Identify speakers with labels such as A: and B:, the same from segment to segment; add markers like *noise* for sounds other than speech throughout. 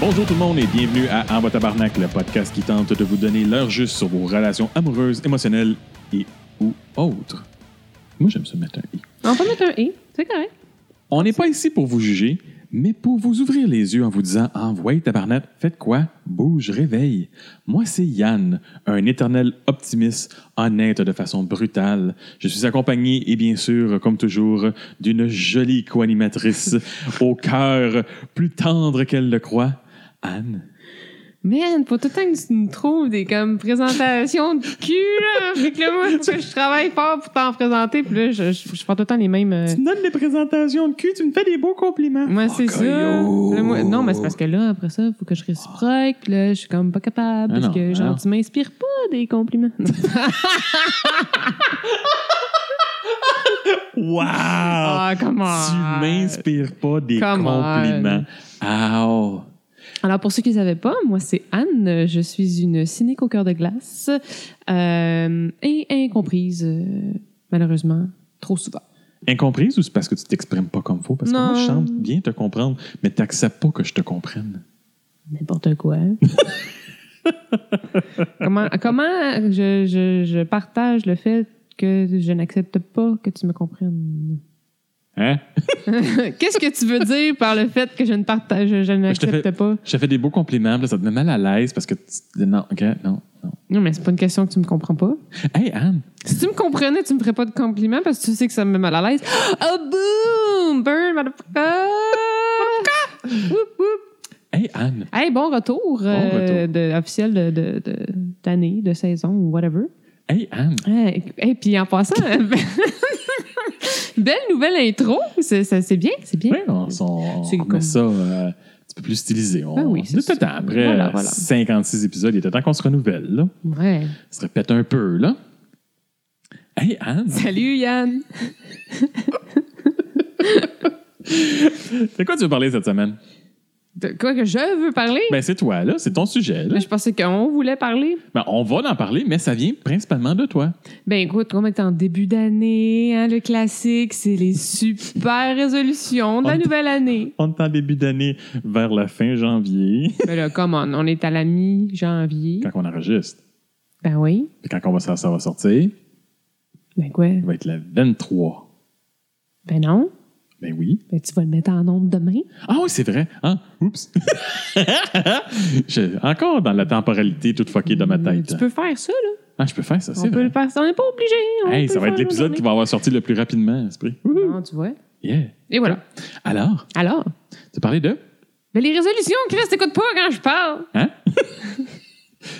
A: Bonjour tout le monde et bienvenue à En bas tabarnak, le podcast qui tente de vous donner l'heure juste sur vos relations amoureuses, émotionnelles et ou autres. Moi, j'aime ça mettre un i.
B: On peut mettre un E, c'est correct.
A: On n'est pas ici pour vous juger, mais pour vous ouvrir les yeux en vous disant Envoyez tabarnak, faites quoi Bouge, réveille. Moi, c'est Yann, un éternel optimiste, honnête de façon brutale. Je suis accompagné, et bien sûr, comme toujours, d'une jolie co-animatrice au cœur plus tendre qu'elle le croit, Anne.
B: Man, pour tout le temps que tu nous trouves des comme présentations de cul, là. Fait que là, moi, faut que je travaille fort pour t'en présenter, puis là, je, je, je prends tout le temps les mêmes. euh,
A: me donnes des présentations de cul, tu me fais des beaux compliments.
B: Moi, c'est ça.
A: Coyote.
B: Là, moi- non, mais c'est parce que là, après ça, faut que je réciproque, puis là, je suis comme pas capable,
A: Ah non,
B: parce que genre,
A: ah non.
B: tu m'inspires pas
A: *laughs*
B: des compliments. Non.
A: Wow!
B: Ah, comment?
A: Tu m'inspires pas des
B: Come on.
A: compliments. Ow!
B: Alors, pour ceux qui ne savaient pas, moi, c'est Anne. Je suis une cynique au cœur de glace euh, et incomprise, euh, malheureusement, trop souvent.
A: Incomprise ou c'est parce que tu t'exprimes pas comme faut? Parce que moi, je
B: Non.
A: chante bien te comprendre, mais t'acceptes pas que je te comprenne.
B: N'importe quoi. *laughs* comment comment je, je- je partage le fait que je n'accepte pas que tu me comprennes? *laughs*
A: Hein?
B: Qu'est-ce que tu veux dire par le fait que je ne partage, je, je n'accepte
A: fais-
B: pas?
A: Je te fais des beaux compliments, puis là, ça te met mal à l'aise parce que tu... Non, OK, non, non.
B: Non, mais c'est pas une question que tu me comprends pas.
A: Hey, Anne!
B: Si tu me comprenais, tu me ferais pas de compliments parce que tu sais que ça me met mal à l'aise. *gasps* Oh, boom! Burn, motherfucker! Whoop, whoop.
A: Hey, Anne!
B: Hey, bon retour, euh,
A: retour.
B: de- officiel de- de- de- d'année, de, saison ou whatever.
A: Hey, Anne!
B: Et puis en passant,
A: *laughs*
B: *laughs* belle nouvelle intro. C'est ça- c'est bien, c'est bien.
A: Oui, on, on-
B: C'est
A: on
B: comme-
A: met ça euh, un petit peu plus stylisé. On,
B: Ah oui, c'est
A: il était
B: ça.
A: temps. Après
B: Voilà,
A: euh,
B: voilà.
A: 56 épisodes, il était temps qu'on se renouvelle. Là.
B: Ouais.
A: se répète un peu, là. Hey, Anne,
B: Salut Yann.
A: de quoi tu veux parler cette semaine?
B: De quoi que je veux parler?
A: Ben, c'est toi, là. C'est ton sujet, là.
B: je pensais qu'on voulait parler.
A: Ben, on va en parler, mais ça vient principalement de toi.
B: Ben écoute, comme on est en début d'année, hein, le classique, c'est les super résolutions de la
A: On-
B: nouvelle année.
A: On est en début d'année vers la fin janvier,
B: Ben là, come on, on est à la mi-janvier.
A: *laughs* quand on enregistre.
B: Ben oui.
A: Puis quand on va, ça, ça va sortir,
B: Ben quoi?
A: il va être le 23.
B: Ben non.
A: Ben oui.
B: Ben tu vas le mettre en nombre demain.
A: Ah oui, c'est vrai. Hein? Oups. *laughs* Je- encore dans la temporalité toute fuckée de ma tête.
B: Mm, Hmm, Tu peux faire ça, là.
A: Ah, je peux faire ça,
B: On
A: c'est
B: peut
A: vrai.
B: le faire. On n'est pas obligé. on
A: Hey,
B: peut
A: ça va
B: faire
A: être l'épisode
B: la
A: qui va avoir sorti le plus rapidement, esprit.
B: journée. Non, tu vois.
A: Yeah.
B: Et voilà.
A: Alors,
B: Alors?
A: tu parlais de
B: Ben les résolutions, Chris, t'écoutes pas quand je parle.
A: Hein?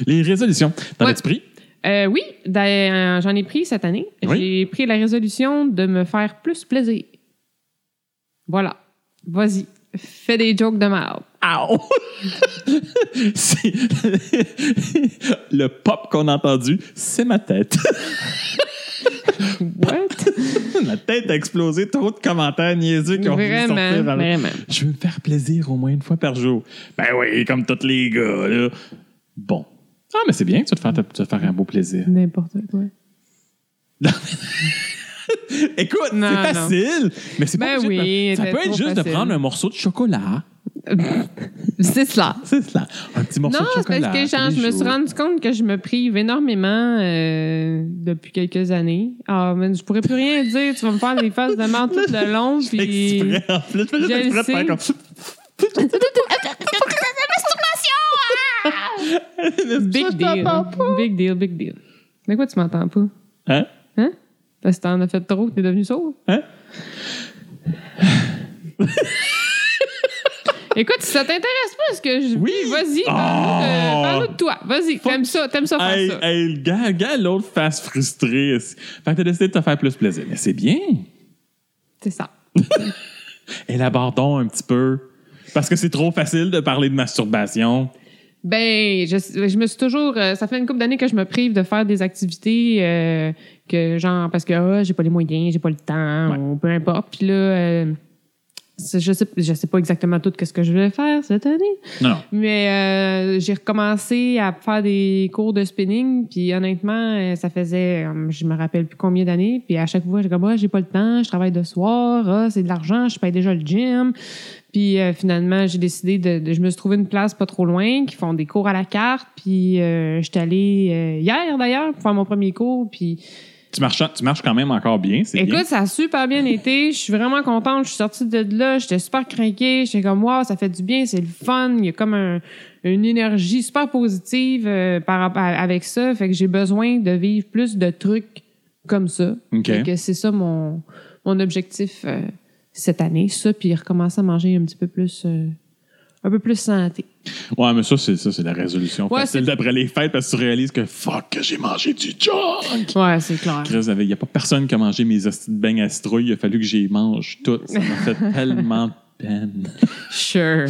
A: Les résolutions. T'en
B: Ouais.
A: as-tu pris?
B: Euh, oui, d'ailleurs, j'en ai pris cette année.
A: Oui.
B: J'ai pris la résolution de me faire plus plaisir. Voilà. Vas-y. Fais des jokes de merde.
A: Ow! *laughs* C'est- *laughs* Le pop qu'on a entendu, c'est ma tête. *laughs*
B: What?
A: ma tête a explosé. Trop de commentaires niaiseux qui ont voulu
B: vraiment,
A: sortir avant-
B: vraiment.
A: Je veux me faire plaisir au moins une fois par jour. Ben oui, comme tous les gars, là. Bon. Ah, mais c'est bien, tu vas te faire, tu vas te faire un beau
B: *laughs*
A: plaisir.
B: N'importe quoi.
A: Écoute,
B: Non, non.
A: c'est facile, mais c'est pas
B: Ben
A: obligé de-
B: oui,
A: Ça
B: t'es
A: peut être
B: trop
A: juste de
B: facile.
A: prendre un morceau de chocolat.
B: C'est cela.
A: C'est cela. Un petit morceau
B: Non,
A: de
B: c'est
A: chocolat.
B: parce que genre,
A: tous les
B: je me suis
A: jours.
B: rendu compte que je me prive énormément euh, depuis quelques années. Ah, mais je pourrais plus rien dire. Tu vas me faire des faces de merde tout le long.
A: *laughs*
B: Puis...
A: Exprès, en plus. Je fais juste
B: Je le
A: exprès de faire
B: sais.
A: comme...
B: Big deal. Big deal, big deal. Mais quoi, tu m'entends pas?
A: Hein?
B: Hein? Parce que t'en as fait trop, t'es devenu sourd.
A: Hein?
B: *laughs* Écoute, si ça t'intéresse pas, ce que je
A: Oui.
B: dis, vas-y,
A: Oh.
B: parle-nous de, parle-nous de toi. Vas-y, t'aimes ça, t'aimes ça faire
A: Hey,
B: ça.
A: hey, le gars, le gars, l'autre face frustrée. Fait que t'as décidé de te faire plus plaisir. Mais c'est bien.
B: C'est ça.
A: Élabore donc un petit peu. Parce que c'est trop facile de parler de masturbation.
B: Ben, je, je me suis toujours. euh, ça fait une couple d'années que je me prive de faire des activités euh, que, genre, parce que ah, j'ai pas les moyens, j'ai pas le temps,
A: Ouais.
B: ou peu importe. Puis là, euh, C'est- Je sais, je sais pas exactement tout que ce que je voulais faire cette année,
A: Non, non.
B: mais euh, j'ai recommencé à faire des cours de spinning, puis honnêtement, euh, ça faisait, euh, je me rappelle plus combien d'années, puis à chaque fois, j'ai comme, Ah, j'ai pas le temps, je travaille de soir, ah, c'est de l'argent, je paye déjà le gym. Puis euh, finalement, j'ai décidé de, de- Je me suis trouvé une place pas trop loin qui font des cours à la carte, puis euh, j'étais allée euh, hier d'ailleurs pour faire mon premier cours, puis
A: Tu marches, tu marches quand même encore bien, c'est bien.
B: Écoute, ça a super bien été. Je suis vraiment contente. Je suis sortie de là. J'étais super craquée. J'étais comme, wow, ça fait du bien. C'est le fun. Il y a comme un- une énergie super positive euh, par, rapport à- avec ça. Fait que j'ai besoin de vivre plus de trucs comme ça.
A: OK.
B: Fait que c'est ça mon, mon objectif euh, cette année. Ça, puis recommencer à manger un petit peu plus, euh, un peu plus santé.
A: Ouais, mais ça, c'est ça, c'est la résolution
B: Ouais,
A: facile
B: c'est-
A: d'après les fêtes parce que tu réalises que fuck, que j'ai mangé du junk!
B: Ouais, c'est clair.
A: Chris, il n'y a pas personne qui a mangé mes hosties de beignes à citrouille. Il a fallu que j'y mange toutes. Ça m'a fait
B: *laughs*
A: tellement de peine. *laughs*
B: Sure.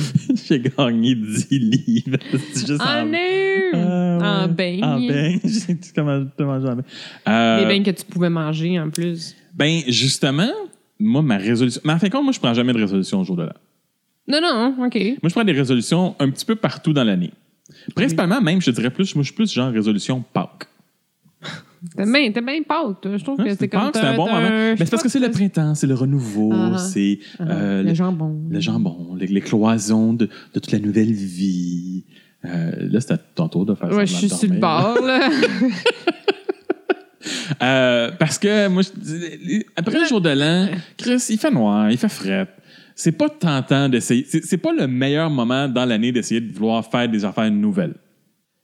A: J'ai gagné 10 livres. *laughs* C'est juste
B: En
A: en...
B: nu!
A: Ah,
B: En
A: ouais.
B: beigne.
A: En beigne. *laughs* J'ai tout comment- tout mangé en beigne. Euh,
B: Des bains que tu pouvais manger en plus.
A: Ben, justement, moi, ma résolution. Mais en fin de compte, moi, je prends jamais de résolution au jour de l'an.
B: Non, non, OK.
A: Moi, je prends des résolutions un petit peu partout dans l'année. Principalement, même, je te dirais plus, moi, je suis plus genre résolution Pâques.
B: T'es bien, t'es bien pâte. toi. Je trouve
A: Hein,
B: que
A: c'est
B: c'est comme
A: Pâques, c'est un bon moment. Mais c'est parce que c'est le printemps, c'est le renouveau,
B: Ah, ah.
A: c'est euh, le,
B: le jambon.
A: le jambon, les, les cloisons de, de toute la nouvelle vie. Euh, là, c'était à ton tour de faire semblant
B: Ouais, je suis
A: de
B: sur le
A: dormir.
B: bord, là.
A: *laughs* Euh, parce que moi, je dis- après le jour de l'an, Chris, il fait noir, il fait fret. C'est pas tentant d'essayer. C'est c'est pas le meilleur moment dans l'année d'essayer de vouloir faire des affaires nouvelles.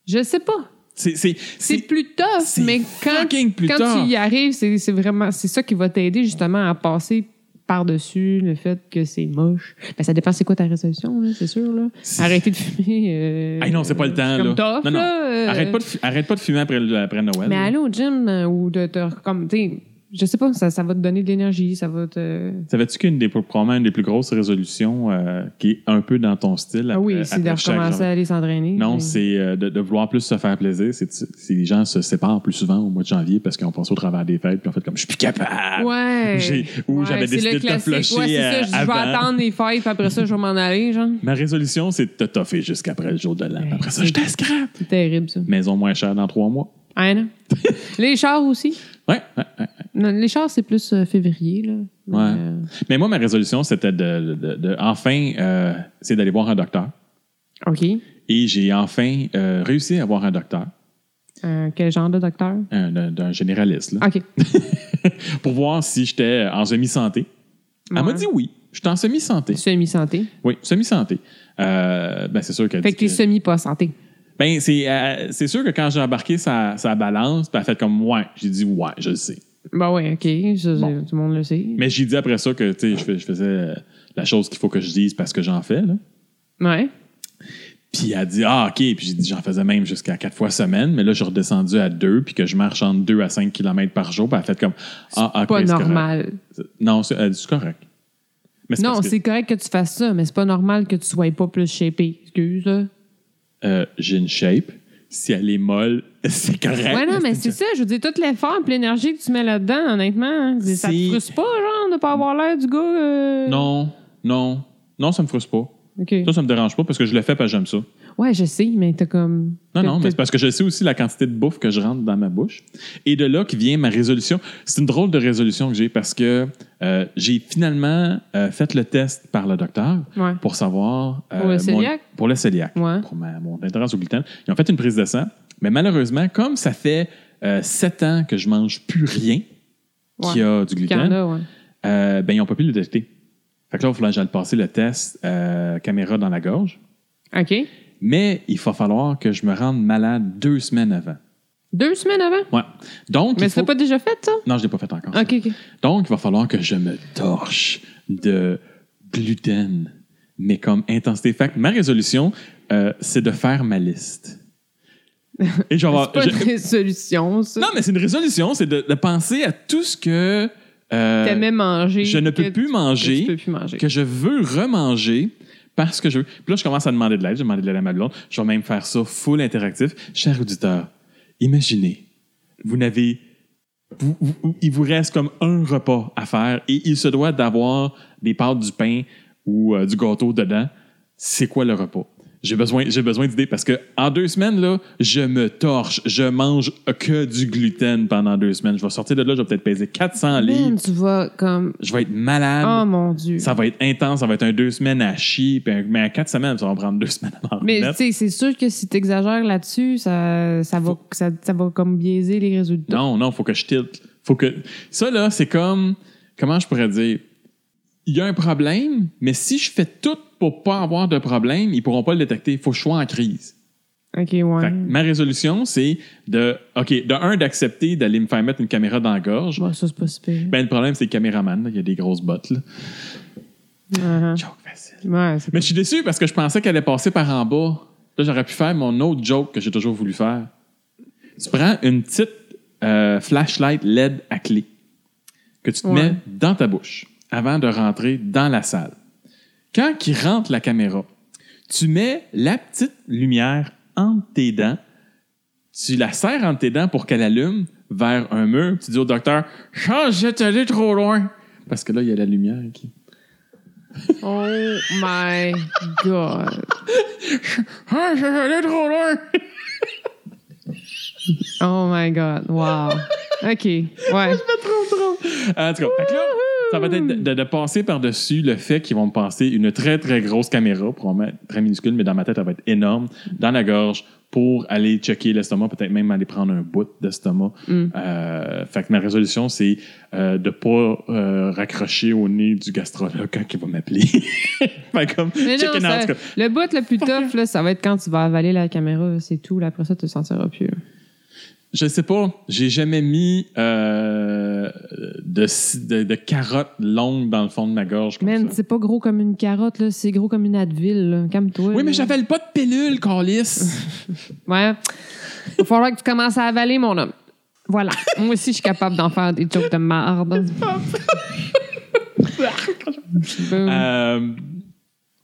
B: je sais pas.
A: C'est- c'est-
B: C'est
A: c'est-
B: plus tough,
A: c'est
B: mais quand,
A: fucking plus
B: quand
A: tough.
B: tu y arrives, c'est c'est vraiment... C'est ça qui va t'aider, justement, à passer par-dessus le fait que c'est moche. Ben, ça dépend c'est quoi ta résolution, là, c'est sûr, là.
A: C'est-
B: Arrêter de fumer... euh,
A: Ah non, c'est pas le temps, là.
B: comme tough,
A: Non, non.
B: là, euh,
A: Arrête pas, de, fu- arrête pas de fumer après, le- après Noël.
B: Mais
A: là.
B: aller au gym euh, ou de te... Comme, tu sais, je sais pas, ça, ça va te donner de l'énergie, ça va te...
A: Savais-tu qu'une des probablement une des plus grosses résolutions euh, qui est un peu dans ton style
B: ah
A: Euh, après-
B: oui, c'est de
A: après chaque
B: recommencer
A: janvier?
B: à aller s'entraîner.
A: Non,
B: mais-
A: c'est euh, de, de vouloir plus se faire plaisir. C'est c'est- les gens se séparent plus souvent au mois de janvier parce qu'on passe au travers des fêtes puis en fait comme je suis plus capable.
B: Ouais.
A: Ou j'ai- ou
B: Ouais,
A: j'avais
B: c'est
A: décidé
B: le
A: de te
B: classique.
A: flusher,
B: Ouais, c'est
A: euh,
B: ça, je dis, je vais
A: avant.
B: attendre les fêtes, puis après ça, je vais m'en aller, genre.
A: Ma résolution, c'est de te toffer jusqu'après le jour de l'an.
B: Ouais,
A: Après ça,
B: c'est-
A: je t'escrape.
B: C'est terrible, ça.
A: Maison moins chère dans trois mois.
B: Ah,
A: *laughs*
B: non. les chars aussi.
A: Ouais, ouais, ouais.
B: Non, les chars, c'est plus euh, février, là. Mais,
A: Ouais.
B: euh,
A: Mais moi, ma résolution, c'était de, de- de- enfin, euh, c'est d'aller voir un docteur.
B: OK.
A: Et j'ai enfin euh, réussi à voir un docteur,
B: Euh, quel genre de docteur?
A: un, d'un- d'un généraliste, là,
B: OK.
A: *laughs* pour voir si j'étais en semi-santé. Elle m'a
B: Ouais.
A: dit oui, je suis en semi-santé.
B: Semi-santé.
A: Oui, semi-santé. Euh, ben, c'est sûr qu'elle
B: Fait
A: dit
B: que t'es
A: que-
B: semi-pas santé.
A: Ben, c'est, euh, c'est sûr que quand j'ai embarqué sa, sa balance, ben, elle a fait comme ouais. J'ai dit ouais, je le sais.
B: Ben ouais, OK. ça,
A: Bon.
B: Tout le monde le sait.
A: Mais j'ai dit après ça que tu sais, je, fais- je faisais euh, la chose qu'il faut que je dise parce que j'en fais. Là.
B: Ouais.
A: Puis elle a dit ah, OK. Puis j'ai dit j'en faisais même jusqu'à quatre fois semaine, mais là, je suis redescendu à deux, puis que je marche entre deux à cinq kilomètres par jour. Puis elle a fait comme ah, OK.
B: pas
A: c'est correct.
B: normal.
A: C'est- Non, c'est, elle dit, c'est correct. Mais
B: Non,
A: parce que,
B: c'est correct que tu fasses ça, mais c'est pas normal que tu sois pas plus shapé. Excuse, là.
A: euh, j'ai une shape. Si elle est molle, *laughs* Hein? c'est correct.
B: Ouais, non, mais c'est ça. Je veux dire, tout l'effort et l'énergie que tu mets là-dedans, honnêtement, hein, c'est- ça
A: C'est-
B: te frustre pas, genre, de pas avoir l'air du gars. euh,
A: Non, non. Non, ça me frustre pas.
B: OK.
A: Ça, ça me dérange pas parce que je le fais parce que j'aime ça.
B: Ouais, je sais, mais t'as comme.
A: Non,
B: t'as-
A: non, mais c'est parce que je sais aussi la quantité de bouffe que je rentre dans ma bouche. Et de là que vient ma résolution. C'est une drôle de résolution que j'ai parce que euh, j'ai finalement euh, fait le test par le docteur
B: t'as- Ouais.
A: pour savoir... euh,
B: Pour le
A: mon-
B: cœliaque?
A: pour le cœliaque.
B: Ouais.
A: Pour ma- mon intolérance au gluten. Ils ont fait une prise de sang. Mais malheureusement, comme ça fait euh, sept ans que je mange plus rien
B: Ouais.
A: qui a du
B: Qu'il y en
A: gluten,
B: a, ouais.
A: euh, ben, ils n'ont pas pu le détecter. Fait que là, il va falloir que j'aille passer le test euh, caméra dans la gorge.
B: OK.
A: Mais il va falloir que je me rende malade deux semaines avant.
B: Deux semaines avant?
A: Ouais. Donc,
B: Mais
A: il
B: c'était
A: faut-
B: pas déjà fait, ça?
A: Non, je l'ai pas fait encore. ça.
B: OK, OK.
A: Donc, il va falloir que je me torche de gluten, mais comme intensité. Fait que ma résolution, euh, c'est de faire ma liste. Et
B: *laughs*
A: je vais avoir-
B: C'est pas
A: Ah, je-
B: une résolution, ça.
A: Non, mais c'est une résolution, c'est de, de penser à tout ce que euh,
B: T'aimais manger.
A: je ne peux
B: que-
A: plus
B: que
A: manger.
B: Tu peux plus manger.
A: que je veux remanger parce que je veux. Puis là, je commence à demander de l'aide. Je demandé de l'aide à ma blonde. Je vais même faire ça full interactif. Cher auditeur, imaginez, vous n'avez. vous- vous- vous- il vous reste comme un repas à faire et il se doit d'avoir des pâtes du pain ou euh, du gâteau dedans, c'est quoi le repas? J'ai besoin, j'ai besoin d'idées parce que en deux semaines, là, je me torche. Je mange que du gluten pendant deux semaines. Je vais sortir de là, je vais peut-être peser 400
B: Man,
A: livres.
B: tu vas comme.
A: Je vais être malade.
B: Oh mon Dieu.
A: Ça va être intense, ça va être un deux semaines à chier, puis un- mais à quatre semaines, ça va prendre deux *laughs* semaines à m'en
B: Mais tu
A: remettre.
B: sais, c'est sûr que si tu exagères là-dessus, ça, ça, va, ça, ça va comme biaiser les résultats.
A: Non, non, faut que je tilte. Faut que. Ça, là, c'est comme. Comment je pourrais dire? Il y a un problème, mais si je fais tout pour pas avoir de problème, ils pourront pas le détecter. Faut que je sois en crise.
B: OK, ouais.
A: Fait que ma résolution, c'est de. OK, de un, d'accepter d'aller me faire mettre une caméra dans la gorge.
B: Ouais, ça, c'est pas si pire.
A: Ben, le problème, c'est le caméraman. là. Il y a des grosses bottes, là.
B: Uh-huh.
A: Joke facile.
B: Ouais, c'est
A: Mais je suis déçu parce que je pensais qu'elle allait passer par en bas. Là, j'aurais pu faire mon autre joke que j'ai toujours voulu faire. Tu prends une petite euh, flashlight LED à clé que tu te
B: Ouais.
A: mets dans ta bouche avant de rentrer dans la salle. Quand il rentre la caméra, tu mets la petite lumière entre tes dents, tu la serres entre tes dents pour qu'elle allume vers un mur, puis tu dis au docteur Charles, j'étais allé trop loin. Parce que là, il y a la lumière qui. *laughs*
B: Oh my God.
A: Ah, j'étais allé trop loin!
B: Oh my God. Wow. OK. Ouais.
A: En tout cas, fait que là, ça va être de, de- de passer par-dessus le fait qu'ils vont me passer une très, très grosse caméra, probablement très minuscule, mais dans ma tête, elle va être énorme, dans la gorge, pour aller checker l'estomac, peut-être même aller prendre un bout d'estomac.
B: Mm.
A: Euh, fait que ma résolution, c'est euh, de pas euh, raccrocher au nez du gastrologue quand il va m'appeler. *laughs* fait comme,
B: Mais non,
A: checker dans- en
B: ça-
A: tout cas.
B: le bout le plus tough, là, ça va être quand tu vas avaler la caméra, c'est tout. Là, après ça, tu te sentiras plus.
A: Je sais pas, j'ai jamais mis euh, de, de, de carottes longues dans le fond de ma gorge. Comme
B: Man,
A: ça.
B: c'est pas gros comme une carotte, là, c'est gros comme une Advil. là. Calme-toi.
A: Oui, mais
B: là.
A: j'avale pas de pilule, Carlis.
B: Ouais. Il va falloir que tu commences à avaler, mon homme. Voilà. Moi aussi, je suis capable d'en faire des jokes
A: *laughs*
B: de marde. Boom.
A: euh,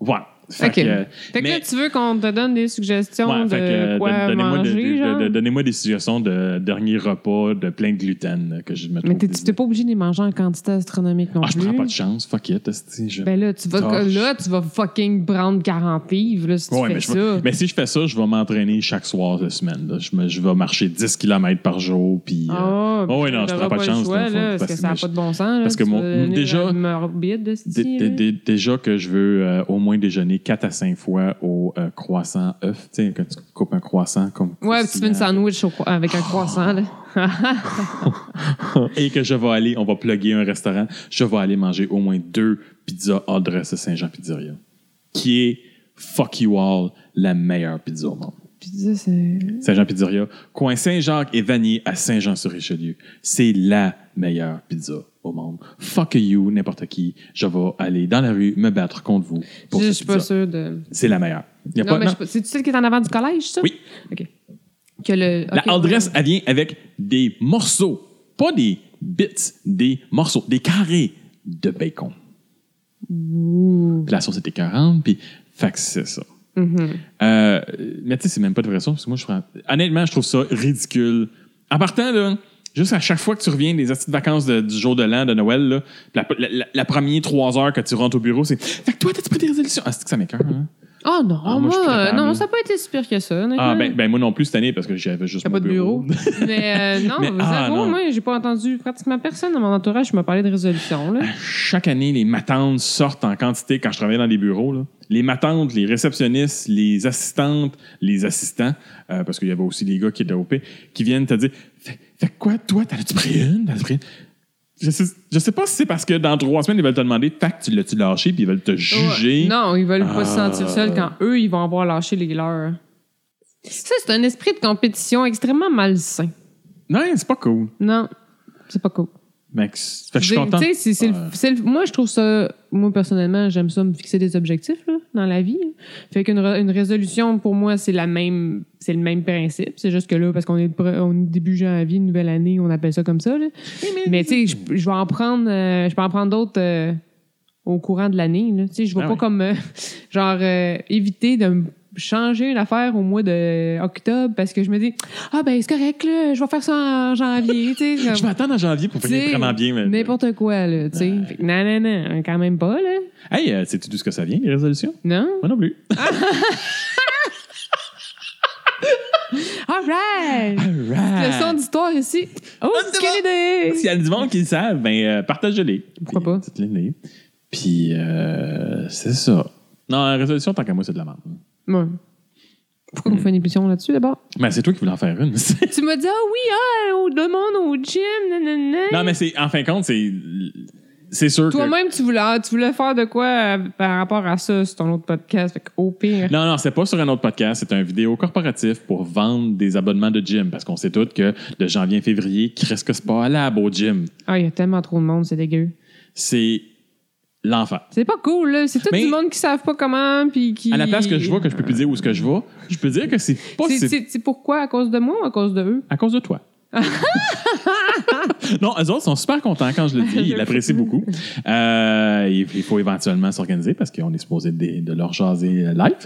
A: ouais. Fait
B: Mm-hmm. Ok.
A: que,
B: fait que
A: mais-
B: là, tu veux qu'on te donne des suggestions
A: ouais,
B: de
A: fait que, euh,
B: quoi
A: don- donnez-moi de-
B: manger,
A: de- de-
B: genre?
A: de- donnez-moi des suggestions de dernier repas de plein de gluten là, que je me trouve.
B: Mais t'es- tu t'es pas obligé de les manger en quantité astronomique non
A: Ah, je
B: plus.
A: prends pas de chance, fuck it. esti, je-
B: Ben là, tu vas,
A: Torche.
B: là, tu vas fucking prendre 40 livres là, si tu
A: Ouais,
B: fais
A: mais, je
B: ça.
A: vais- mais si je fais ça, je vais m'entraîner chaque soir de semaine. là. Je, me- je vais marcher 10 km par jour. Puis, euh,
B: Ah,
A: oh, ouais,
B: puis
A: non, je
B: t'auras
A: prends pas de
B: le
A: chance,
B: choix,
A: dans le fond,
B: là, parce
A: parce
B: que
A: que
B: ça n'a
A: je-
B: pas de bon sens.
A: parce que mon- déjà- Dé- dé-
B: déjà.
A: dé- déjà que je veux euh, au moins déjeuner 4 à 5 fois au euh, croissant œuf. Tu sais, quand tu coupes un croissant comme.
B: Ouais, puis tu fais une
A: euh,
B: sandwich au cro- avec un
A: Oh.
B: croissant. Là.
A: Et que je vais aller, on va plugger un restaurant, je vais aller manger au moins deux pizzas hors dress à Saint-Jean Pizzeria, qui est fuck you all, la meilleure pizza au monde.
B: Puis ça, c'est.
A: Saint-Jean Pizzeria, coin Saint-Jacques et Vanier à Saint-Jean-sur-Richelieu. C'est la meilleure pizza au monde. Fuck you, n'importe qui. Je vais aller dans la rue me battre contre vous pour
B: Je je
A: cette
B: suis pas
A: pizza.
B: sûre de.
A: C'est la meilleure. Y a
B: Non,
A: pas-
B: mais
A: non.
B: je suis pas- c'est-tu celle qui est en avant du collège, ça?
A: Oui.
B: OK. Que le...
A: La
B: ok,
A: adresse,
B: ouais.
A: elle vient avec des morceaux, pas des bits, des morceaux, des carrés de bacon.
B: Ouh.
A: Puis la sauce était 40, puis fait que c'est ça.
B: Mhm.
A: Euh, mais tu sais, c'est même pas de vraie sauce, parce que moi, je prends... Honnêtement, je trouve ça ridicule. En partant, là, juste à chaque fois que tu reviens des petites vacances de- du jour de l'an, de Noël, là, la, la, la- la première trois heures que tu rentres au bureau, c'est... Fait que toi, t'as-tu pris des résolutions? Ah, c'est que ça m'écoeure, hein?
B: Oh non,
A: Ah, moi,
B: moi,
A: je suis
B: euh,
A: capable, là.
B: non, ça n'a pas été si pire que ça. honnêtement.
A: Ah, ben, ben moi non plus cette année, parce que j'avais juste
B: Mm-hmm. T'as
A: mon
B: pas de bureau. *laughs*
A: *laughs*
B: Mais euh, non,
A: Mais,
B: vous
A: ah,
B: avouez,
A: non.
B: moi, j'ai pas entendu pratiquement personne dans mon entourage qui m'a parlé de résolution. Là.
A: chaque année, les matantes sortent en quantité quand je travaillais dans les bureaux. là. Les matantes, les réceptionnistes, les assistantes, les assistants, euh, parce qu'il y avait aussi des gars qui étaient OP, qui viennent te dire Fait, fait quoi, toi, t'en as-tu pris une T'en as-tu pris une? Je sais, je sais pas si c'est parce que dans trois semaines, ils veulent te demander Fait que tu l'as-tu lâché, puis ils veulent te juger.
B: Ouais. Non, ils veulent pas se
A: Ah.
B: sentir seuls quand eux, ils vont avoir lâché les leurs. Ça, c'est un esprit de compétition extrêmement malsain.
A: Non, c'est pas cool.
B: Non, c'est pas cool.
A: Max, fait que je suis
B: J'ai-
A: content.
B: tu sais, c'est- c'est le-
A: Ouais.
B: c'est le- moi, je trouve ça. Moi, personnellement, j'aime ça me fixer des objectifs là, dans la vie. Fait qu'une re- une résolution, pour moi, c'est la même. C'est le même principe. C'est juste que là, parce qu'on est, pre- on est début janvier, nouvelle année, on appelle ça comme ça. là. Mais tu sais, je- je vais en prendre. euh, je peux en prendre d'autres. euh, au courant de l'année. là. Tu sais, Je ne vais
A: Ah
B: pas
A: oui.
B: comme euh, *laughs* genre euh, éviter de me changer une affaire au mois de octobre parce que je me dis Ah ben c'est correct, là, je vais faire ça en janvier.
A: *laughs*
B: tu sais, comme-
A: Je vais attendre en janvier pour
B: tu sais,
A: finir vraiment bien. mais-
B: N'importe quoi, là, tu sais. Fait que Non, non, non, hein, quand même pas, là.
A: Hey, euh, sais-tu d'où ce que ça vient, les résolutions?
B: Non?
A: Moi non
B: *laughs*
A: plus.
B: All right! Le son d'histoire ici. Oh,
A: Ah, c'est
B: quelle idée!
A: S'il y a du monde qui le savent, ben, euh, partagez-les.
B: Pourquoi
A: Puis,
B: pas?
A: Dites-les. les. Puis, euh, c'est ça. Non, la résolution, tant qu'à moi, c'est de la merde.
B: Ouais. Pourquoi on fait une émission là-dessus d'abord?
A: Mais c'est toi qui voulais en faire une.
B: Hmm.
A: *laughs*
B: *laughs* Tu m'as dit, ah oui, ah, au demande au gym, nanana.
A: non, mais c'est, en fin de compte, c'est, c'est sûr que.
B: Toi-même, tu voulais, ah, tu voulais faire de quoi euh, par rapport à ça sur ton autre podcast? Fait que, au pire.
A: Non, non, c'est pas sur un autre podcast, c'est un vidéo corporatif pour vendre des abonnements de gym parce qu'on sait tous que de janvier à février, qu'est-ce que c'est pas allable au gym?
B: Ah, il y a tellement trop de monde, c'est dégueu.
A: C'est l'enfer.
B: C'est pas cool, là. C'est tout
A: Mais-
B: du monde qui savent pas comment, puis qui.
A: À la place que je vois, que je peux plus dire où est-ce que je vais, je peux dire que c'est pas
B: C'est-
A: c'est
B: C'est c'est pourquoi? À cause de moi ou à cause de eux?
A: à cause de toi. non, eux autres sont super contents quand je le dis. Ils l'apprécient beaucoup. Euh, il il faut éventuellement s'organiser parce qu'on est supposé de, de leur jaser euh, live.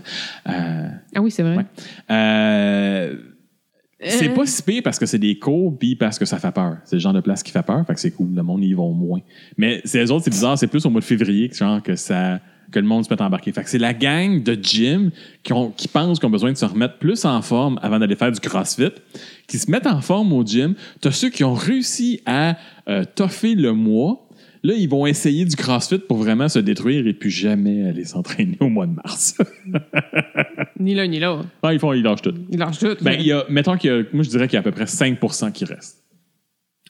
A: Euh,
B: Ah oui, c'est vrai.
A: Ouais. euh, c'est
B: Euh.
A: pas si pire parce que c'est des cours puis parce que ça fait peur. C'est le genre de place qui fait peur, fait que c'est cool. Le monde y vont moins. Mais c'est les autres, c'est bizarre. C'est plus au mois de février que genre que ça que le monde se peut embarquer. Fait que c'est la gang de gym qui, ont, qui pensent qu'ils ont besoin de se remettre plus en forme avant d'aller faire du CrossFit, qui se mettent en forme au gym. T'as ceux qui ont réussi à euh, toffer le mois. Là, ils vont essayer du CrossFit pour vraiment se détruire et puis jamais aller s'entraîner au mois de mars.
B: *laughs*
A: *laughs*
B: Ni l'un ni l'autre.
A: Ah, ils font, ils lâchent tout.
B: Ils leur chutent.
A: Ben, il y a, mettons qu'il y a, moi je dirais qu'il y a à peu près 5 qui restent.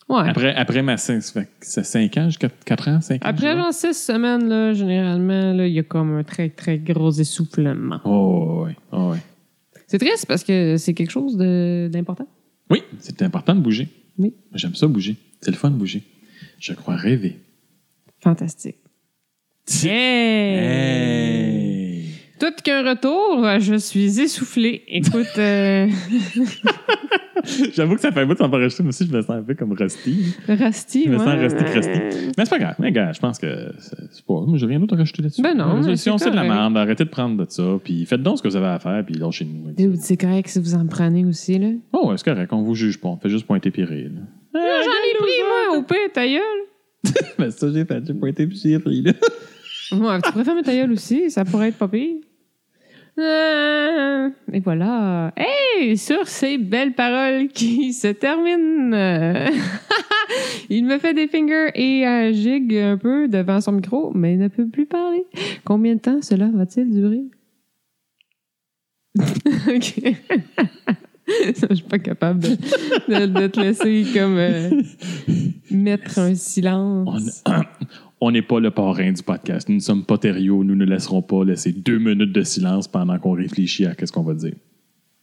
B: ouais.
A: Après, après ma 5, ça fait 5 ans, 4 ans, 5 ans. je
B: Après,
A: dirais.
B: genre, six semaines, là, généralement, là, il y a comme un très, très gros essoufflement.
A: Oh, ouais, oh, ouais.
B: C'est triste parce que c'est quelque chose de- d'important.
A: Oui, c'est important de bouger.
B: Oui.
A: J'aime ça bouger. C'est le fun de bouger. Je crois rêver.
B: Fantastique. Hey!
A: Hey!
B: Tout qu'un retour, euh, je suis essoufflée. Écoute,
A: *laughs*
B: euh,
A: J'avoue que ça fait un bout de s'en pas enregistrer, mais aussi je me sens un peu comme Rusty.
B: Rusty,
A: Je me sens
B: ouais,
A: Rusty
B: euh,
A: Crusty. Mais c'est pas grave. Mais gars, je pense que c'est c'est pas. Moi, j'ai rien d'autre à rajouter là-dessus. Euh,
B: Ben non,
A: La
B: mais
A: résolution,
B: c'est
A: c'est de la
B: correct.
A: merde. Arrêtez de prendre de ça. Puis faites donc ce que vous avez à faire. Puis lâchez nous.
B: Dude, c'est correct si vous en prenez aussi, là.
A: Oh, ouais, c'est correct. On vous juge pas. On fait juste pointer piré. Là. Ah,
B: J'en ai pris, moi, au pire, ta gueule.
A: *laughs* Ben, ça, j'ai fait. J'ai pas été pire, là.
B: Ouais, tu pourrais fermer ta gueule aussi, ça pourrait être pas pire. Euh, Et voilà. Hey, sur ces belles paroles qui se terminent. *laughs* euh, Il me fait des fingers et euh, gigue un peu devant son micro, mais il ne peut plus parler. Combien de temps cela va-t-il durer? *laughs* ok. *laughs* Je suis pas capable de, de- de te laisser comme euh, mettre un
A: On *clears throat*
B: silence.
A: on n'est pas le parrain du podcast. Nous ne sommes pas Thériault. Nous ne laisserons pas laisser deux minutes de silence pendant qu'on réfléchit à qu'est-ce qu'on va dire.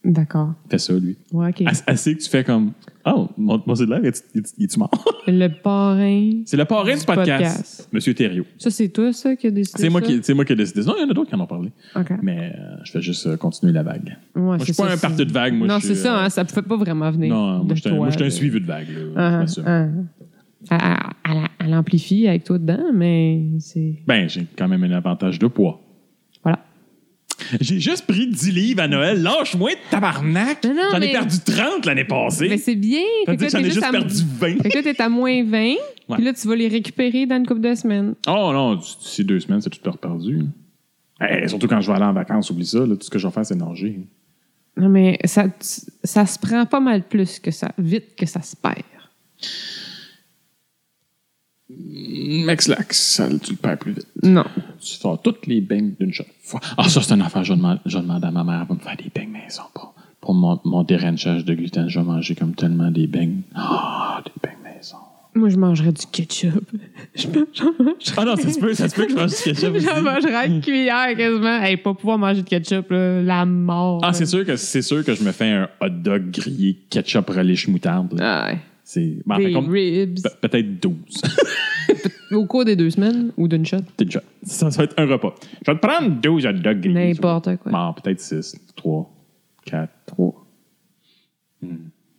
B: D'accord.
A: Fais ça, lui.
B: Ouais, ok.
A: As- Assez que tu fais comme Oh, mon, mon cellulaire, il est- il est-tu mort? *laughs*
B: Le parrain.
A: C'est le parrain du podcast,
B: podcast.
A: Monsieur Thériault.
B: Ça, c'est toi, ça, qui a décidé.
A: C'est moi,
B: ça?
A: qui- c'est moi qui ai décidé. Non, il y en a d'autres qui en ont parlé.
B: OK.
A: Mais euh, je fais juste euh, continuer la vague.
B: Ouais,
A: Moi, je
B: c'est
A: suis pas
B: ça,
A: un
B: c'est-
A: partout de vague. Moi,
B: non,
A: je suis,
B: c'est ça,
A: euh,
B: hein, ça pouvait pas vraiment venir.
A: Non, moi,
B: de
A: je suis un- moi, je suis un
B: toi,
A: suivi de vague. là,
B: là.
A: je
B: Ah,
A: m'assume.
B: ah. Elle- elle- elle- Elle amplifie avec toi dedans, mais c'est.
A: Ben, j'ai quand même un avantage de poids.
B: Voilà.
A: J'ai juste pris 10 livres à Noël. Lâche-moi de tabarnak.
B: Mais non,
A: J'en ai
B: mais-
A: perdu 30 l'année passée.
B: Mais c'est bien.
A: Ça veut
B: que
A: dire que j'en ai juste perdu 20.
B: Fait que là, t'es à moins 20,
A: Ouais.
B: puis là, tu vas les récupérer dans une couple de semaines.
A: Oh non, d'ici deux semaines, c'est tout perdu. Hey, surtout quand je vais aller en vacances, oublie ça. là. tout ce que je vais faire, c'est nager.
B: Non, mais ça, ça se prend pas mal plus que ça, vite que ça se perd.
A: Mexlax, ça, tu le perds plus vite.
B: Non.
A: Tu sors toutes les beignes d'une seule fois. Ah, ça, c'est une affaire. Je demande, je demande à ma mère pour me faire des beignes maison pour, pour mon, mon dérangeage de gluten. Je vais manger comme tellement des beignes. Ah, des beignes maison.
B: Moi, je mangerais du ketchup. *laughs* Je pense- J'en mangerais.
A: Ah non, ça se peut, ça se peut que je mange du ketchup aussi.
B: J'en mangerais à une cuillère quasiment. Hey, pas pouvoir manger de ketchup, là, la mort.
A: Ah, c'est sûr que c'est sûr que je me fais un hot dog grillé ketchup relish moutarde. là.
B: Ah, ouais.
A: C'est ben, en fin de
B: Des
A: compte,
B: ribs.
A: pe- peut-être 12.
B: Au cours des deux semaines ou d'une shot.
A: T'es déjà- Ça, ça va être un repas. Je vais te prendre 12 hot dogs grillés.
B: N'importe quoi.
A: Bon, peut-être 6, 3, 4,
B: Trois.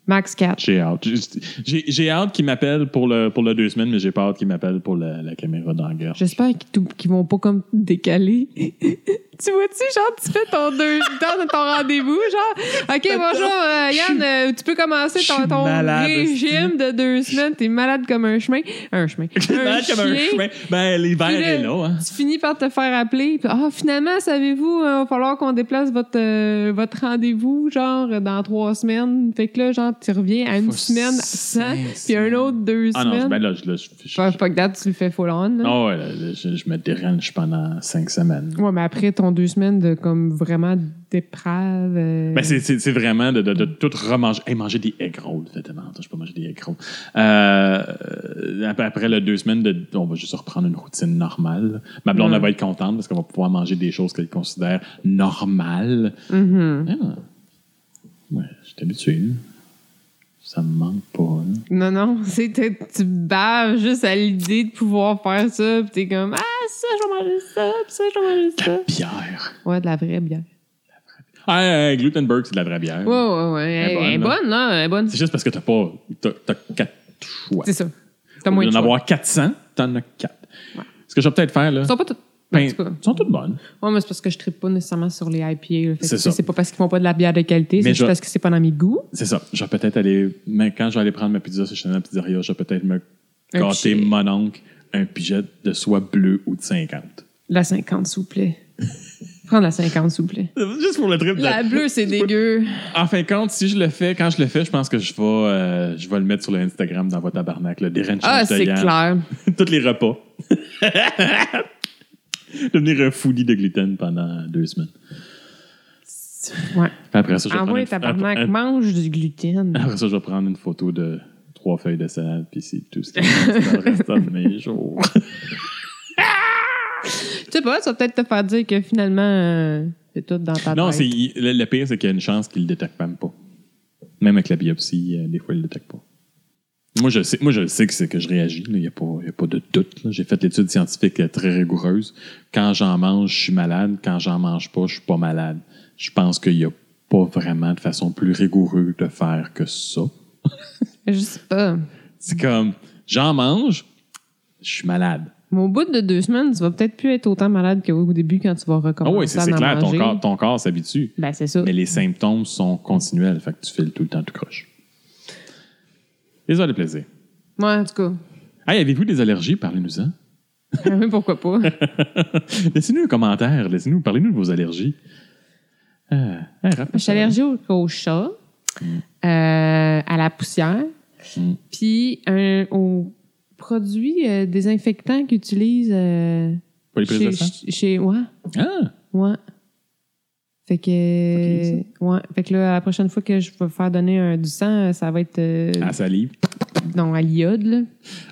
B: Max 4.
A: J'ai hâte. J'ai- J'ai j'ai hâte qu'ils m'appellent pour le, pour le deux semaines, mais j'ai pas hâte qu'ils m'appellent pour la, la caméra *laughs* d'engueule.
B: J'espère qu'ils tou- qu'ils vont pas comme décaler. *laughs* tu vois-tu, genre, tu fais ton deux temps de ton rendez-vous, genre, OK, bonjour, euh, Yann, euh, tu peux commencer
A: je
B: ton,
A: suis
B: ton
A: malade,
B: régime de deux semaines. T'es malade comme un chemin. Un chemin.
A: *laughs* Malade comme un
B: chien.
A: chemin. Ben, l'hiver
B: Puis là,
A: est là, hein.
B: Tu finis par te faire appeler. puis, Ah, finalement, savez-vous, euh, il va falloir qu'on déplace votre, euh, votre rendez-vous, genre, euh, dans trois semaines. Fait que là, genre, tu reviens à une
A: Faut
B: semaine
A: cinq
B: sans, puis un
A: semaines.
B: autre deux
A: Ah non,
B: semaines.
A: ben là, je, là, je, je- je-
B: Fait- fait que date, tu le fais full on. là.
A: Ah ouais, là, là, je, je me dérange pendant cinq semaines.
B: Ouais, mais après ton deux semaines de comme vraiment déprave. euh,
A: Ben, c'est- c'est c'est vraiment de, de- de tout remanger. Hey, manger des egg rolls. Fait tellement longtemps que je peux manger des egg rolls. Euh, après, après les deux semaines, de, on va juste reprendre une routine normale. Ma blonde
B: Ouais.
A: elle va être contente parce qu'on va pouvoir manger des choses qu'elle considère normales.
B: mhm.
A: Ah. Ouais, je suis habitué. là. Ça me manque pas. là.
B: Non, non, *laughs* c'est que tu baves juste à l'idée de pouvoir faire ça, pis t'es comme Ah, ça, je vais manger ça, pis ça, je vais manger
A: *laughs*
B: ça.
A: Bière.
B: Ouais, de la vraie bière.
A: Ah, hey, hey, Glutenberg, c'est de la vraie bière.
B: Ouais, ouais, ouais.
A: Elle est
B: Elle est
A: bonne, là.
B: bonne, là. Elle est bonne.
A: C'est juste parce que t'as pas. T'as t'as quatre choix.
B: C'est ça. T'as
A: Au
B: moins
A: lieu
B: de
A: d'en
B: choix.
A: avoir 400, t'en as quatre. Ce que je vais peut-être faire, là.
B: Ils sont pas toutes.
A: Ben,
B: en tout cas.
A: sont toutes bonnes.
B: Ouais, mais c'est parce que je tripe pas nécessairement sur les IPA. là. Fait que
A: C'est ça.
B: C'est pas parce qu'ils font pas de la bière de qualité,
A: Mais
B: c'est
A: je-
B: juste parce que c'est pas dans mes goûts.
A: C'est ça. Je vais peut-être aller. Mais quand je vais aller prendre ma pizza chez Chanel Pizzeria, je vais peut-être me
B: Un
A: gâter
B: pichet.
A: mon oncle un piget de soie bleue ou de 50.
B: La 50, s'il
A: *laughs*
B: vous plaît. Prends la 50, s'il vous plaît.
A: Juste pour le trip. de
B: La bleue, c'est dégueu.
A: En fin de compte, si je le fais, quand je le fais, je pense que je vais, euh, je vais le mettre sur le Instagram dans votre tabarnak, le Derren
B: Ah, c'est clair.
A: *laughs* Tous les repas. Devenir un foodie de gluten pendant deux semaines.
B: Ouais.
A: Puis après ça, je vais prendre
B: Envoie
A: une-
B: ta Ah, tabarnak,
A: après-
B: mange
A: *laughs*
B: du gluten.
A: Après ça, je vais prendre une photo de trois feuilles de salade, puis c'est tout ce qui reste dans le restant de mes jours.
B: Tu sais pas, ça va peut-être te faire dire que finalement, euh, c'est tout dans ta
A: Non, c'est,
B: tête.
A: il- le, le pire, c'est qu'il y a une chance qu'il ne le détecte même pas. Même avec la biopsie, euh, des fois, il ne le détecte pas. Moi, je sais, moi, je le sais que c'est que je réagis. là. Il n'y a, pas- il y a pas de doute. là. J'ai fait l'étude scientifique euh, très rigoureuse. Quand j'en mange, je suis malade. Quand j'en mange pas, je suis pas malade. Je pense qu'il n'y a pas vraiment de façon plus rigoureuse de faire que ça.
B: Je sais pas.
A: C'est comme, j'en mange, je suis malade.
B: Mais au bout de deux semaines, tu vas peut-être plus être autant malade qu'au début quand tu vas
A: Ah
B: recommencer
A: oui, c'est
B: à
A: c'est
B: en
A: clair, ton
B: manger.
A: corps, ton corps s'habitue.
B: Ben, c'est ça.
A: Mais les symptômes sont continuels, fait que tu files tout le temps tout croche. Les heures de plaisir.
B: Ouais, en tout cas.
A: *laughs*
B: *laughs*
A: Hey, avez-vous des allergies? Parlez-nous-en.
B: Oui, Pourquoi pas?
A: Laissez-nous un commentaire, laissez-nous, parlez-nous de vos allergies. Ah, ah,
B: Je
A: rappelle-
B: suis allergique au, au chat, euh, à la poussière,
A: Mm.
B: puis un- aux produits euh, désinfectants qu'ils utilisent euh,
A: Pour les prises
B: chez,
A: de sang?
B: ch- chez. Ouais,
A: Ah,
B: ouais. Fait que. ouais. Fait que là, la prochaine fois que je vais faire donner un, du sang, ça va être. euh,
A: Ah, à salive.
B: Non, à l'iode, là.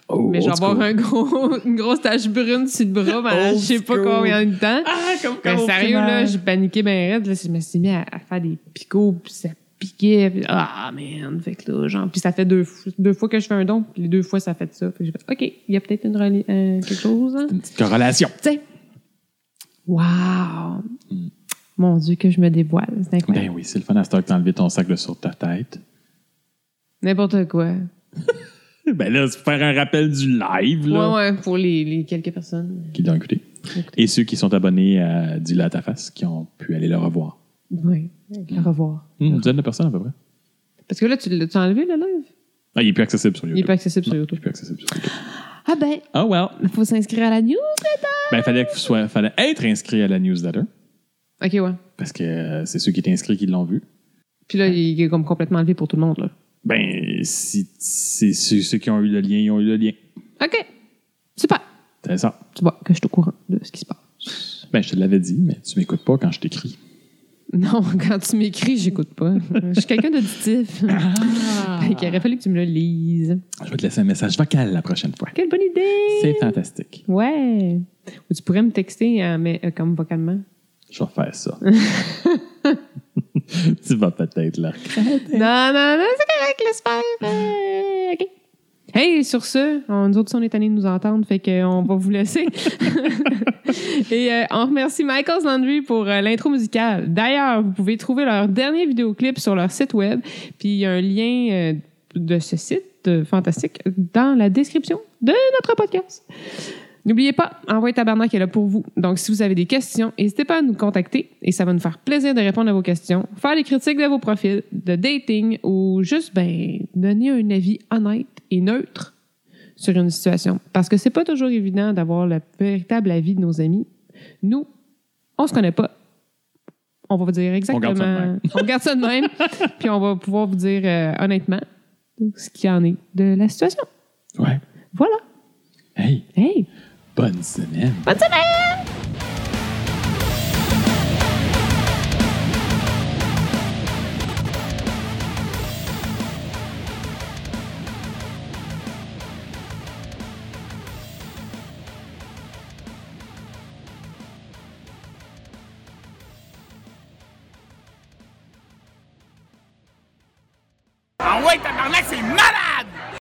A: Oh,
B: Mais je vais
A: old
B: avoir
A: school.
B: un gros, *laughs* une grosse tache brune sur le bras pendant
A: Old
B: je sais pas
A: school.
B: combien de temps.
A: Ah, comme
B: Ben,
A: comme au
B: sérieux,
A: primaire.
B: là, j'ai paniqué ben raide. Là, je me suis mis à, à faire des picots, puis ça piquait. Puis, ah, man, fait que là, genre... Puis ça fait deux, f- deux fois que je fais un don, puis les deux fois, ça fait ça. Fait que j'ai fait, OK, il y a peut-être une reli- euh, quelque chose. hein.
A: Une petite corrélation.
B: Tu sais, wow! Mon Dieu, que je me dévoile. C'est incroyable.
A: Ben oui, c'est le fun à cette heure que t'as enlevé ton sac de sur ta tête.
B: N'importe quoi.
A: Ben là, c'est pour faire un rappel du live, là.
B: Ouais, ouais, pour les, les quelques personnes.
A: Qui l'ont écouté.
B: Écoutez.
A: Et ceux qui sont abonnés à Dis-le à ta face, qui ont pu aller le revoir.
B: Oui, au revoir.
A: Hmm, Une dizaine de personnes à peu près.
B: Parce que là, tu l'as tu as enlevé, le live?
A: Ah, il est plus accessible sur
B: Il n'est
A: YouTube.
B: pas accessible sur YouTube.
A: plus accessible sur YouTube.
B: Ah ben,
A: Oh well.
B: faut s'inscrire à la news.
A: Ben, fallait, que soit, fallait être inscrit à la newsletter
B: OK, ouais.
A: parce que euh, c'est ceux qui étaient inscrits qui l'ont vu.
B: Puis là, il est comme complètement enlevé pour tout le monde, là.
A: Ben, si c'est ceux, ceux qui ont eu le lien, ils ont eu le lien.
B: OK. Super.
A: C'est ça.
B: Tu vois que je suis au courant de ce qui se passe.
A: Ben, je te l'avais dit, mais tu m'écoutes pas quand je t'écris.
B: Non, *laughs* quand tu m'écris, j'écoute pas. je suis quelqu'un d'auditif. Fait qu'il aurait fallu que tu me le lises.
A: Je vais te laisser un message vocal la prochaine fois.
B: Quelle bonne idée!
A: C'est fantastique.
B: Ouais. Ou tu pourrais me texter euh, mais, euh, comme vocalement.
A: Je vais faire
B: *laughs*
A: ça. *laughs* tu vas peut-être le regretter.
B: Non, non, non, c'est correct, laisse faire. Euh, OK. Hey, sur ce, on, nous autres, on est allés nous entendre, fait qu'on va vous *laughs* laisser. Et euh, on remercie Michael's Landry pour euh, l'intro musicale. D'ailleurs, vous pouvez trouver leur dernier vidéoclip sur leur site web, puis il y a un lien euh, de ce site euh, fantastique dans la description de notre podcast. N'oubliez pas, Envoyez Tabarnak est là pour vous. Donc, si vous avez des questions, n'hésitez pas à nous contacter et ça va nous faire plaisir de répondre à vos questions, faire des critiques de vos profils, de dating ou juste, ben, donner un avis honnête et neutre sur une situation. Parce que c'est pas toujours évident d'avoir le véritable avis de nos amis. Nous, on se connaît pas. On va vous dire exactement.
A: garde ça de même.
B: on garde ça de
A: *laughs*
B: même. puis on va pouvoir vous dire euh, honnêtement ce qu'il en est de la situation.
A: Ouais.
B: Voilà.
A: Hey,
B: Hey!
A: bonne semaine.
B: Bonne semaine!
C: Ah ouais, tabarnak, c'est malade!